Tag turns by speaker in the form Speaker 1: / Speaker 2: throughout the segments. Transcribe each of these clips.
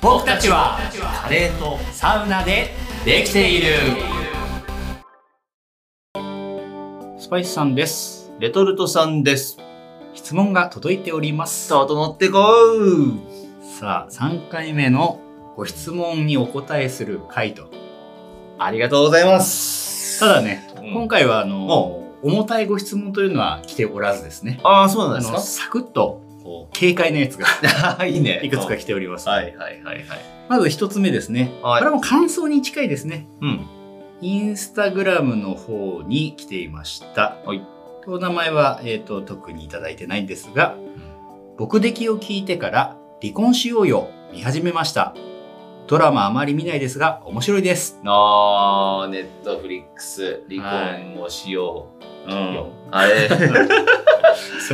Speaker 1: 僕たちはカレーと
Speaker 2: サウナで
Speaker 1: できている
Speaker 2: スパイスさんです
Speaker 1: レトルトさんです
Speaker 2: 質問が届いております
Speaker 1: さあ整ってこう
Speaker 2: さあ3回目のご質問にお答えする回と
Speaker 1: ありがとうございます
Speaker 2: ただね、
Speaker 1: うん
Speaker 2: 今回はあの、重たいご質問というのは来ておらずですね
Speaker 1: ああそう
Speaker 2: あ
Speaker 1: なんです
Speaker 2: の
Speaker 1: か
Speaker 2: サクッとこう軽快なやつが
Speaker 1: あーいいね
Speaker 2: いくつか来ております、
Speaker 1: はいはいはいはい
Speaker 2: まず一つ目ですね、
Speaker 1: はい
Speaker 2: これも感想に近いですね
Speaker 1: うん
Speaker 2: インスタグラムの方に来ていました。
Speaker 1: はい
Speaker 2: お名前は、えー、と特にいただいてないんですが、僕的を聞いてから離婚しようよ見始めました。ドラマあまり見ないですが面白いです。
Speaker 1: あーネットフリックス離婚をしよう、よあれ
Speaker 2: そ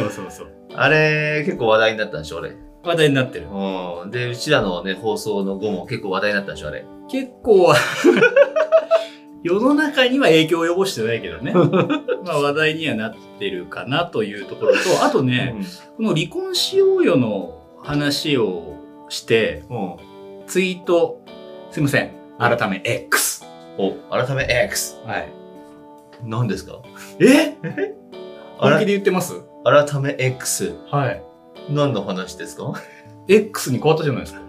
Speaker 2: うそうそう。
Speaker 1: あれ結構話題になったんでしょあれ
Speaker 2: 話題になってる。
Speaker 1: うんでうちらのね放送の後も結構話題になったんでしょあれ
Speaker 2: 結構 世の中には影響を及ぼしてないけど ね。まあ話題にはなってるかなというところと、あとね、この離婚しようよの話をして、
Speaker 1: うん、
Speaker 2: ツイート、すいません。改め X。
Speaker 1: お改め X
Speaker 2: はい。
Speaker 1: 何ですか
Speaker 2: え
Speaker 1: あ
Speaker 2: 本気
Speaker 1: ら
Speaker 2: で言ってます
Speaker 1: 改め X
Speaker 2: はい。
Speaker 1: 何の話ですか
Speaker 2: X に変わったじゃないですか。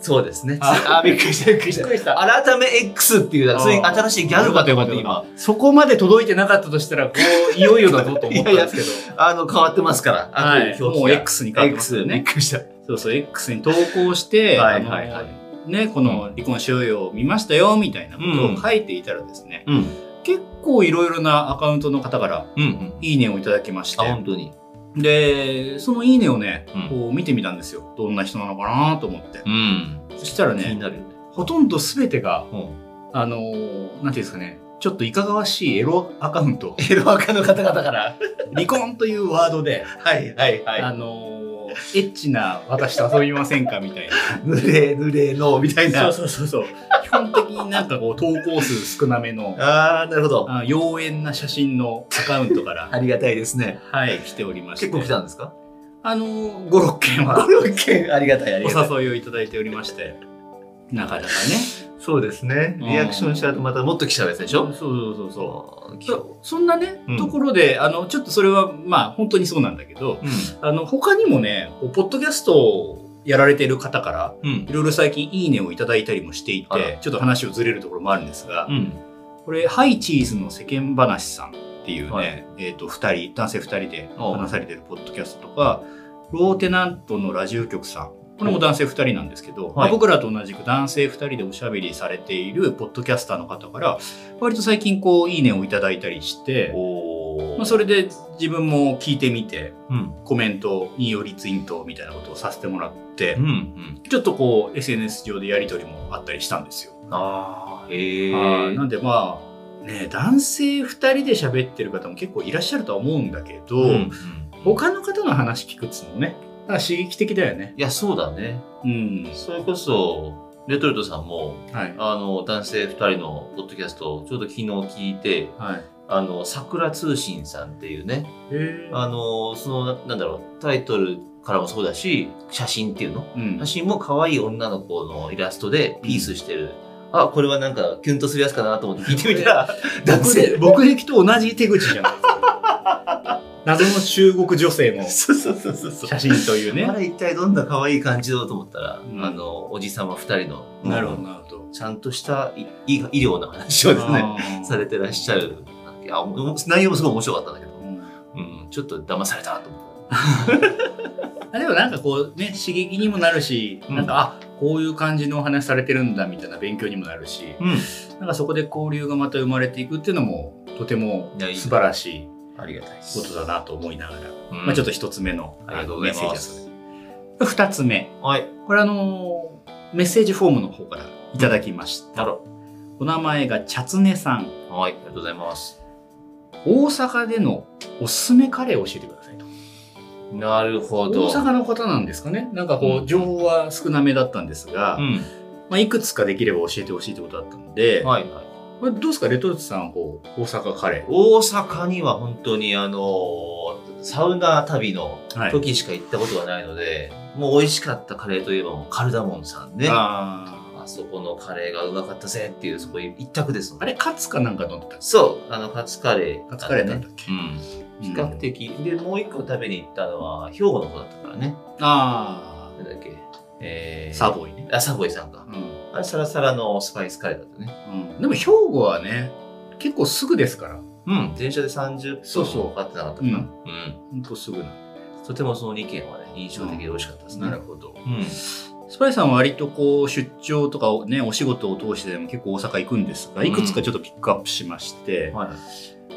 Speaker 1: そうですね
Speaker 2: あ
Speaker 1: あびっくりしたびっくりした
Speaker 2: りした。
Speaker 1: 改め X っていうなんかそういう
Speaker 2: あー
Speaker 1: 新しいギャグかと思って今
Speaker 2: そこまで届いてなかったとしたら、こう、いよいよだぞと思ったんですけ ど。
Speaker 1: あの変わってますからあ
Speaker 2: はい。もう X に変わってますよ
Speaker 1: X び
Speaker 2: ね。
Speaker 1: っくりした
Speaker 2: そうそう、X に投稿して、
Speaker 1: はい
Speaker 2: あの
Speaker 1: はいは
Speaker 2: ね、この離婚しようよ、見ましたよ、みたいなことを書いていたらですね、
Speaker 1: うん
Speaker 2: 結構いろいろなアカウントの方から、
Speaker 1: うんうん
Speaker 2: いいねをいただきまし
Speaker 1: あ
Speaker 2: て、
Speaker 1: 本当に
Speaker 2: で、そのいいねをね、
Speaker 1: うん
Speaker 2: こう見てみたんですよ。どんな人なのかなと思って。
Speaker 1: うん
Speaker 2: そしたら
Speaker 1: 気
Speaker 2: ね、
Speaker 1: になるよね
Speaker 2: ほとんど全てが、
Speaker 1: うん、
Speaker 2: あのーなんていうんですかね、ちょっといかがわしいエロアカウント
Speaker 1: エロアカの方々から
Speaker 2: 離婚というワードで、
Speaker 1: はいはいはい
Speaker 2: あのーエッチな私と遊びませんかみたいな。
Speaker 1: ぬれぬれのみたいな。
Speaker 2: そうそうそうそう。基本的になんかこう投稿数少なめの、
Speaker 1: ああ、なるほど。
Speaker 2: あ妖艶な写真のアカウントから、
Speaker 1: ありがたいですね。
Speaker 2: はい、来ておりまして。
Speaker 1: 結構来たんですか
Speaker 2: あのー、5、6件は
Speaker 1: れは件ありがたい、あい。
Speaker 2: お誘いをいただいておりまして、なかなかね。
Speaker 1: そうですね。
Speaker 2: うん
Speaker 1: リアクションした後またもっと来ちゃうやつでし
Speaker 2: そ
Speaker 1: ょ
Speaker 2: うそうそうそう。
Speaker 1: あー今
Speaker 2: そそんなね、
Speaker 1: うん
Speaker 2: ところであのちょっとそれはまあ本当にそうなんだけど
Speaker 1: 日。
Speaker 2: あの他にもねこうポッドキャストをやられてる方から
Speaker 1: うん。うん
Speaker 2: い。ろいろ最近「いいね」をいただいたりもしてい
Speaker 1: あら
Speaker 2: てちょっと話をずれるところもあるんですが、
Speaker 1: うん。
Speaker 2: これ「ハイチーズの世間話さん」っていうね、
Speaker 1: はい
Speaker 2: えー、と2人男性2人で話されてるポッドキャストとかローテナントのラジオ局さんこれも男性2人なんですけど、
Speaker 1: い
Speaker 2: まあ僕らと同じく男性2人でおしゃべりされているポッドキャスターの方から割と最近こう「いいね」をいただいたりして。
Speaker 1: お
Speaker 2: まあ、そ
Speaker 1: れ。
Speaker 2: れで自分も聞いてみて
Speaker 1: うん。
Speaker 2: コメント引用リツイートみたいなことをさせてもらって
Speaker 1: うん。うん。
Speaker 2: ちょっとこう SNS 上でやり取りもあったりしたんですよ。
Speaker 1: ああ、へえ。
Speaker 2: はいなんでまあね男性2人で喋ってる方も結構いらっしゃるとは思うんだけど、
Speaker 1: うんうん
Speaker 2: 他の方の話聞くっつうのもねなんか刺激的だよね。
Speaker 1: いや、そうだね。
Speaker 2: うん
Speaker 1: それこそ、レトルトさんも、
Speaker 2: はい
Speaker 1: あの、男性二人のポッドキャストをちょうど昨日聞いて、
Speaker 2: はい
Speaker 1: あの、桜通信さんっていうね、
Speaker 2: へ
Speaker 1: あのそのななんだろうタイトルからもそうだし写真っていうの
Speaker 2: うん
Speaker 1: 写、真も可愛い女の子のイラストでピースしてる、あこれはなんかキュンとするやつかなと思って聞いてみ たら男性
Speaker 2: 僕僕と同じ手口じゃないですか 謎の中国女性の
Speaker 1: そうそうそうそう そう
Speaker 2: 写真というね
Speaker 1: あ。れ一体どんな可愛い感じだろうと思ったら、
Speaker 2: うん
Speaker 1: あのおじさま2人の
Speaker 2: なるほどなるほど。
Speaker 1: ちゃんとしたいい医療の話をですね
Speaker 2: あー
Speaker 1: されてらっしゃるいやおも内容もすごい面白かったんだけど、うん、ちょっと騙されたと思った
Speaker 2: あでもなんかこうね刺激にもなるし、
Speaker 1: うん
Speaker 2: なんかあこういう感じのお話されてるんだみたいな勉強にもなるしなんかそこで交流がまた生まれていくっていうのもとても
Speaker 1: いやいい
Speaker 2: 素晴らしい
Speaker 1: ありがたいです
Speaker 2: ことだなと思いながら、
Speaker 1: うん
Speaker 2: まあ、ちょっと一つ目の
Speaker 1: ありがとうございます
Speaker 2: あのメッセージです二つ目
Speaker 1: はい
Speaker 2: これあのーメッセージフォームの方からいただきました、
Speaker 1: あら
Speaker 2: お名前がチャツネさん
Speaker 1: はいありがとうございます
Speaker 2: 大阪でのおすすめカレーを教えてくださいと
Speaker 1: なるほど。
Speaker 2: 大阪の方なんですかねなんかこ
Speaker 1: うん
Speaker 2: う情報は少なめだったんですが、
Speaker 1: うん。
Speaker 2: まあ、いくつかできれば教えてほしいってことだったので、
Speaker 1: はいはい。
Speaker 2: これどうですかレトルトさんはこう大阪カレ
Speaker 1: 大阪には本当にあのサウナ旅の
Speaker 2: ー、は
Speaker 1: 時しか行ったことがないので、もう美味しかったカレーといえばもうカルダモンさんねあ
Speaker 2: あ
Speaker 1: そこのカレーがうまかったぜっていうそこ一択ですもん
Speaker 2: ーあれカツかなんか飲んでたんです
Speaker 1: そうあのカツカレー
Speaker 2: カツカレー
Speaker 1: だ
Speaker 2: な
Speaker 1: っ
Speaker 2: ん
Speaker 1: た
Speaker 2: だっけ
Speaker 1: うん比較的、でもう一個食べに行ったのは兵庫の方だったからね
Speaker 2: あ
Speaker 1: なんだっけえ
Speaker 2: あ
Speaker 1: ー、
Speaker 2: サボイね、
Speaker 1: あサボイさんか
Speaker 2: うん
Speaker 1: あれサラサラのスパイスカレーだったね
Speaker 2: うん、でも兵庫はね結構すぐですから
Speaker 1: うん電車で30
Speaker 2: そう
Speaker 1: 分
Speaker 2: そう
Speaker 1: もかかってなかったかな
Speaker 2: うん
Speaker 1: うん
Speaker 2: ほんとすぐな
Speaker 1: とてもその2件はね印象的で美味しかったですね、
Speaker 2: なるほど
Speaker 1: うん
Speaker 2: スパイさんは割とこう出張とかをねお仕事を通してでも結構大阪行くんですがいくつかちょっとピックアップしまして、
Speaker 1: はい、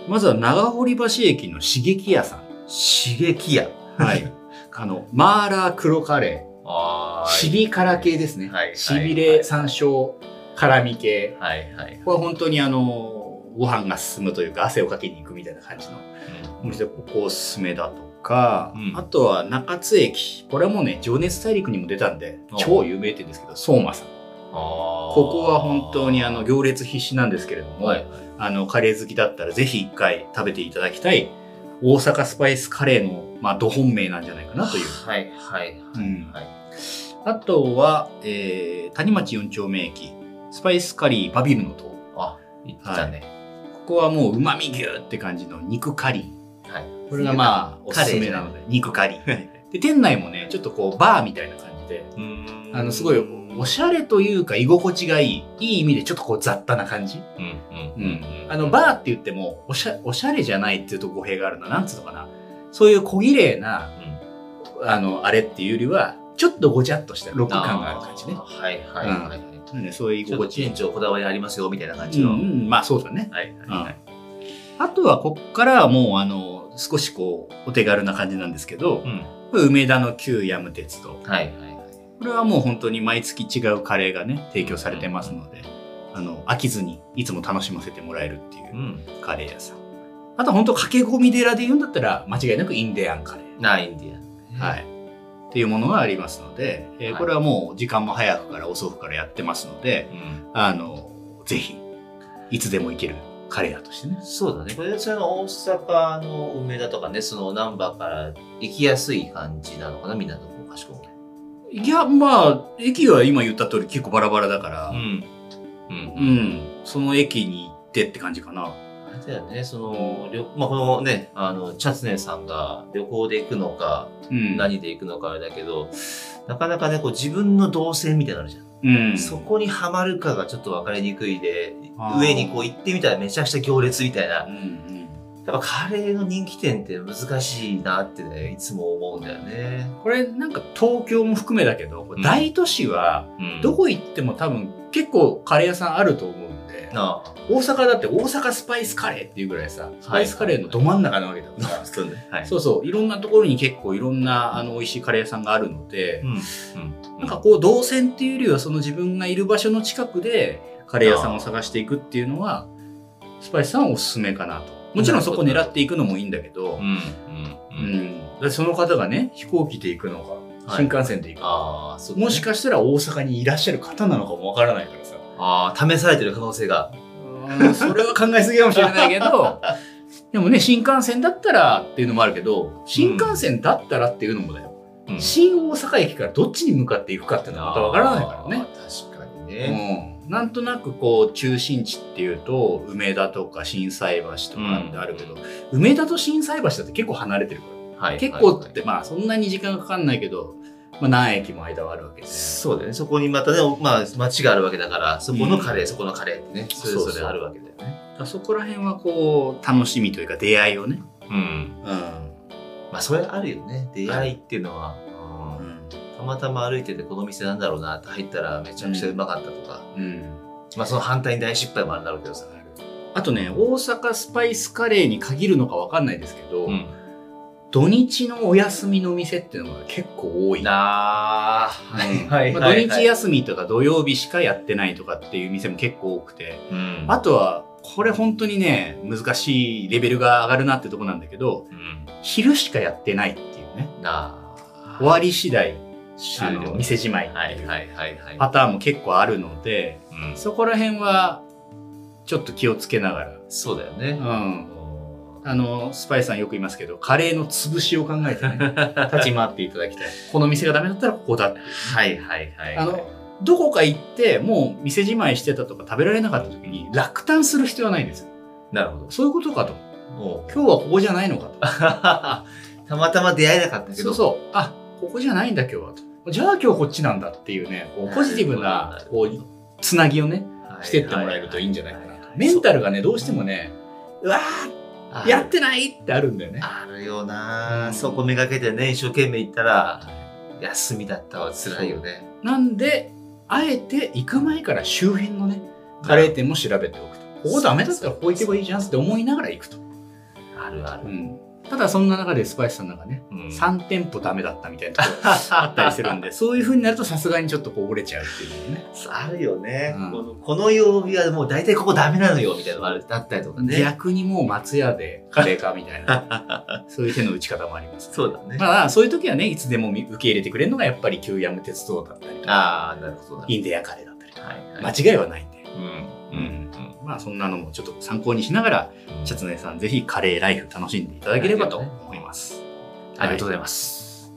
Speaker 2: まずは長堀橋駅の刺激屋さん
Speaker 1: 刺激屋
Speaker 2: はい。 あの、マーラー黒カレ
Speaker 1: あ
Speaker 2: ー。
Speaker 1: ー
Speaker 2: シビ辛系ですね。
Speaker 1: はい
Speaker 2: しび
Speaker 1: はいは
Speaker 2: れ、
Speaker 1: い
Speaker 2: 山椒、辛味系。
Speaker 1: はいはい、
Speaker 2: ここは本当にあの、ご飯が進むというか、汗をかけに行くみたいな感じのお店、ここおすすめだとか、
Speaker 1: うん
Speaker 2: あとは中津駅。これはもうね、情熱大陸にも出たんで、
Speaker 1: お
Speaker 2: 超有名店ですけど、相馬さん。ここは本当にあの、行列必至なんですけれども、
Speaker 1: はい
Speaker 2: あの、カレー好きだったらぜひ一回食べていただきたい、大阪スパイスカレーの、まあ、ど本命なんじゃないかなという。
Speaker 1: はいはい
Speaker 2: うん
Speaker 1: はい
Speaker 2: あとは、えー谷町4丁目駅、スパイスカリーバビルの塔。こ
Speaker 1: あ行ったね、
Speaker 2: こはもう旨味ぎゅーって感じの肉カリ
Speaker 1: はい
Speaker 2: ー。これがまあ、おすすめなので、肉カリー。で、店内もね、ちょっとこう、バーみたいな感じで、
Speaker 1: うーん
Speaker 2: あの、すごい、おしゃれというか、居心地がいい。いい意味でちょっとこう、雑多な感じ。
Speaker 1: うんうんうんうん
Speaker 2: あの、バーって言っても、おしゃ、おしゃれじゃないっていうと語弊があるな。なんつうのかな。そういう小綺麗な、
Speaker 1: うん
Speaker 2: あの、あれっていうよりは、ちょっとごちゃっとしたロック感がある感じね
Speaker 1: ー。はいはいはいはい、
Speaker 2: なんでそういう居
Speaker 1: ちょっと
Speaker 2: 心地いい
Speaker 1: 店長こだわりありますよみたいな感
Speaker 2: う
Speaker 1: じ
Speaker 2: ん
Speaker 1: の、
Speaker 2: うん、まあそうだね。
Speaker 1: はいはいはい
Speaker 2: あとはこっからはもうあの、少しこう、お手軽な感じなんですけど
Speaker 1: う、ん
Speaker 2: 梅田の旧ヤム鉄道。
Speaker 1: はいはいはい
Speaker 2: これはもう本当に毎月違うカレーがね、提供されてますので、あの、飽きずにいつも楽しませてもらえるっていううんカレー屋さん。あと本当駆け込み寺で言うんだったら、間違いなくインディアンカレー。
Speaker 1: ないんで
Speaker 2: はいい。っていうものがありますので、えー
Speaker 1: はい
Speaker 2: これはもう時間も早くから遅くからやってますので、
Speaker 1: うん、
Speaker 2: あの、ぜひ、いつでも行けるカレー屋としてね。
Speaker 1: そうだねこれその大阪の梅田とかねその難波から行きやすい感じなのかなみんなのこうかしこも
Speaker 2: いや、まあ、駅は今言った通り結構バラバラだから、
Speaker 1: う
Speaker 2: うん、
Speaker 1: んうん
Speaker 2: その駅に行ってって感じかな。
Speaker 1: あれだよね、その、旅まあ、このね、あの、チャツネさんが旅行で行くのか、
Speaker 2: うん。
Speaker 1: 何で行くのかあれだけど、なかなかね、こう自分の動線みたいなのあるじゃん。
Speaker 2: うん。
Speaker 1: そこにはまるかがちょっと分かりにくいで
Speaker 2: あ、ー
Speaker 1: 上にこう行ってみたらめちゃくちゃ行列みたいな。
Speaker 2: うんうん。
Speaker 1: やっぱカレーの人気店って難しいなってね、いつも思うんだよね。
Speaker 2: これなんか東京も含めだけど、
Speaker 1: うん
Speaker 2: 大都市は
Speaker 1: うん
Speaker 2: どこ行っても多分結構カレー屋さんあると思うんで、
Speaker 1: な
Speaker 2: 大阪だって大阪スパイスカレーっていうぐらいさ、スパイスカレーのど真ん中なわけだから、
Speaker 1: あ。そうね。はい。
Speaker 2: そうそう、いろんなところに結構いろんなあの美味しいカレー屋さんがあるので、
Speaker 1: うん。
Speaker 2: なんかこう動線っていうよりはその自分がいる場所の近くでカレー屋さんを探していくっていうのはスパイスさんはおすすめかなともちろんそこ狙っていくのもいいんだけど
Speaker 1: うん。
Speaker 2: うん
Speaker 1: う。うん。
Speaker 2: ん、だってその方がね飛行機で行くのか、
Speaker 1: はい
Speaker 2: 新幹線で行くのか
Speaker 1: ああ、そうね
Speaker 2: もしかしたら大阪にいらっしゃる方なのかもわからないからさ
Speaker 1: ああ、試されてる可能性が。
Speaker 2: うん それは考えすぎかもしれないけどでもね新幹線だったらっていうのもあるけど新幹線だったらっていうのもだよ、
Speaker 1: うん
Speaker 2: 新大阪駅からどっちに向かっていくかっていうのはまたわからないからね
Speaker 1: あー。確かにね。
Speaker 2: うんなんとなくこう中心地っていうと梅田とか心斎橋とかってあるけど、梅田と心斎橋だって結構離れてるから、
Speaker 1: はい
Speaker 2: 結構
Speaker 1: はい
Speaker 2: っ
Speaker 1: はい
Speaker 2: てまあそんなに時間がかかんないけど、まあ、何駅も間はあるわけで
Speaker 1: そうだよね。そこにまたね、まあ、街があるわけだから、そこのカレー、
Speaker 2: うん
Speaker 1: そこのカレーってね、それ
Speaker 2: そう
Speaker 1: ぞ
Speaker 2: そう
Speaker 1: れあるわけだよね。
Speaker 2: だからそこら辺はこう楽しみというか出会いをね、
Speaker 1: うん。
Speaker 2: うん
Speaker 1: まあ、それあるよね。出会いっていうのは、
Speaker 2: う
Speaker 1: うん
Speaker 2: ん
Speaker 1: たまたま歩いてて、この店なんだろうなって入ったら、めちゃくちゃうまかったとか、まあ、その反対に大失敗もあるんだろうけどさ。
Speaker 2: あとね大阪スパイスカレーに限るのかわかんないですけど、
Speaker 1: うん。
Speaker 2: 土日のお休みの店っていうのが結構多い
Speaker 1: なあ、はいはい
Speaker 2: まあ
Speaker 1: は
Speaker 2: 土
Speaker 1: い。
Speaker 2: 日休みとか土曜日しかやってないとかっていう店も結構多くて、
Speaker 1: うん。
Speaker 2: あとは、これ本当にね、難しいレベルが上がるなってとこなんだけど、
Speaker 1: うん。
Speaker 2: 昼しかやってないっていうね、
Speaker 1: なあ。
Speaker 2: 終わり次第、
Speaker 1: 終
Speaker 2: あ
Speaker 1: 了
Speaker 2: の、店じまいって
Speaker 1: はい
Speaker 2: いう
Speaker 1: はいはいはい。
Speaker 2: パターンも結構あるので、
Speaker 1: うん
Speaker 2: そこら辺は、ちょっと気をつけなが
Speaker 1: そうだよね。
Speaker 2: ら。うん。あの、スパイスさんよく言いますけど、カレーの潰しを考えてね、 立ち回っていただきたい。この店がダメだったらここだって。
Speaker 1: はいはいはい。
Speaker 2: あの、どこか行って、もう店じまいしてたとか食べられなかった時に落胆する必要はないんですよ。
Speaker 1: なるほど。
Speaker 2: そういうことかと。
Speaker 1: おう
Speaker 2: 今日はここじゃないのかと。
Speaker 1: たまたま出会えなかったけ
Speaker 2: そ
Speaker 1: ど。
Speaker 2: うそう。あ、ここじゃないんだ今日はと。じゃあ今日こっちなんだっていうね、こうポジティブな、こう、つなぎをね、
Speaker 1: う
Speaker 2: してってもらえるといいんじゃないかな
Speaker 1: はは
Speaker 2: と
Speaker 1: は。
Speaker 2: メンタルがね、どうしてもね、うわ
Speaker 1: あ
Speaker 2: ー、やってないってあるんだよね。
Speaker 1: あるよな、
Speaker 2: うん
Speaker 1: そこめがけてね、一生懸命行ったら、休みだったわ、辛いよね。
Speaker 2: なんで、あえて行く前から周辺のね、カレー店も調べておくと。ここダメだったらここ行けばいいじゃんって思いながら行くと。
Speaker 1: あるあ
Speaker 2: う
Speaker 1: る。
Speaker 2: ん。ただそんな中でスパイスさんなんかね、
Speaker 1: うん
Speaker 2: 3店舗ダメだったみたいなところあったりするんで、そういう風になるとさすがにちょっとこう折れちゃうっていうね。
Speaker 1: あるよね、
Speaker 2: うん
Speaker 1: この。この曜日はもう大体ここダメなのよ、みたいなのがあるだったりとかね。
Speaker 2: 逆にもう松屋でカレーかみたいな、 そういう手の打ち方もあります、
Speaker 1: そうだね。
Speaker 2: まあ、そういう時はね、いつでもみ受け入れてくれるのがやっぱり旧ヤム鉄道だったりとか、
Speaker 1: ああ、なるほど。
Speaker 2: インディアカレーだったりとか、
Speaker 1: はい、はい。
Speaker 2: 間違いはないんで。
Speaker 1: うん。うん。うん。
Speaker 2: まあそんなのもちょっと参考にしながら、シャツネさんぜひカレーライフ楽しんでいただければと思います。
Speaker 1: ありがとうございます。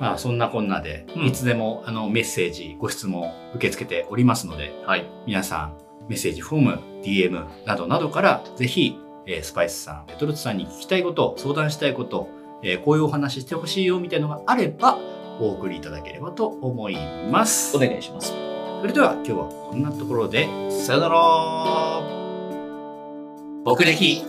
Speaker 2: まあそんなこんなで、
Speaker 1: うん
Speaker 2: いつでもあのメッセージ、ご質問受け付けておりますので、
Speaker 1: はい。
Speaker 2: 皆さんメッセージフォーム DM などなどからぜひ、えースパイスさんレトルトさんに聞きたいこと相談したいこと、えーこういうお話してほしいよみたいのがあればお送りいただければと思います
Speaker 1: お願いします。
Speaker 2: それでは今日はこんなところで
Speaker 1: さよなら。
Speaker 2: 僕歴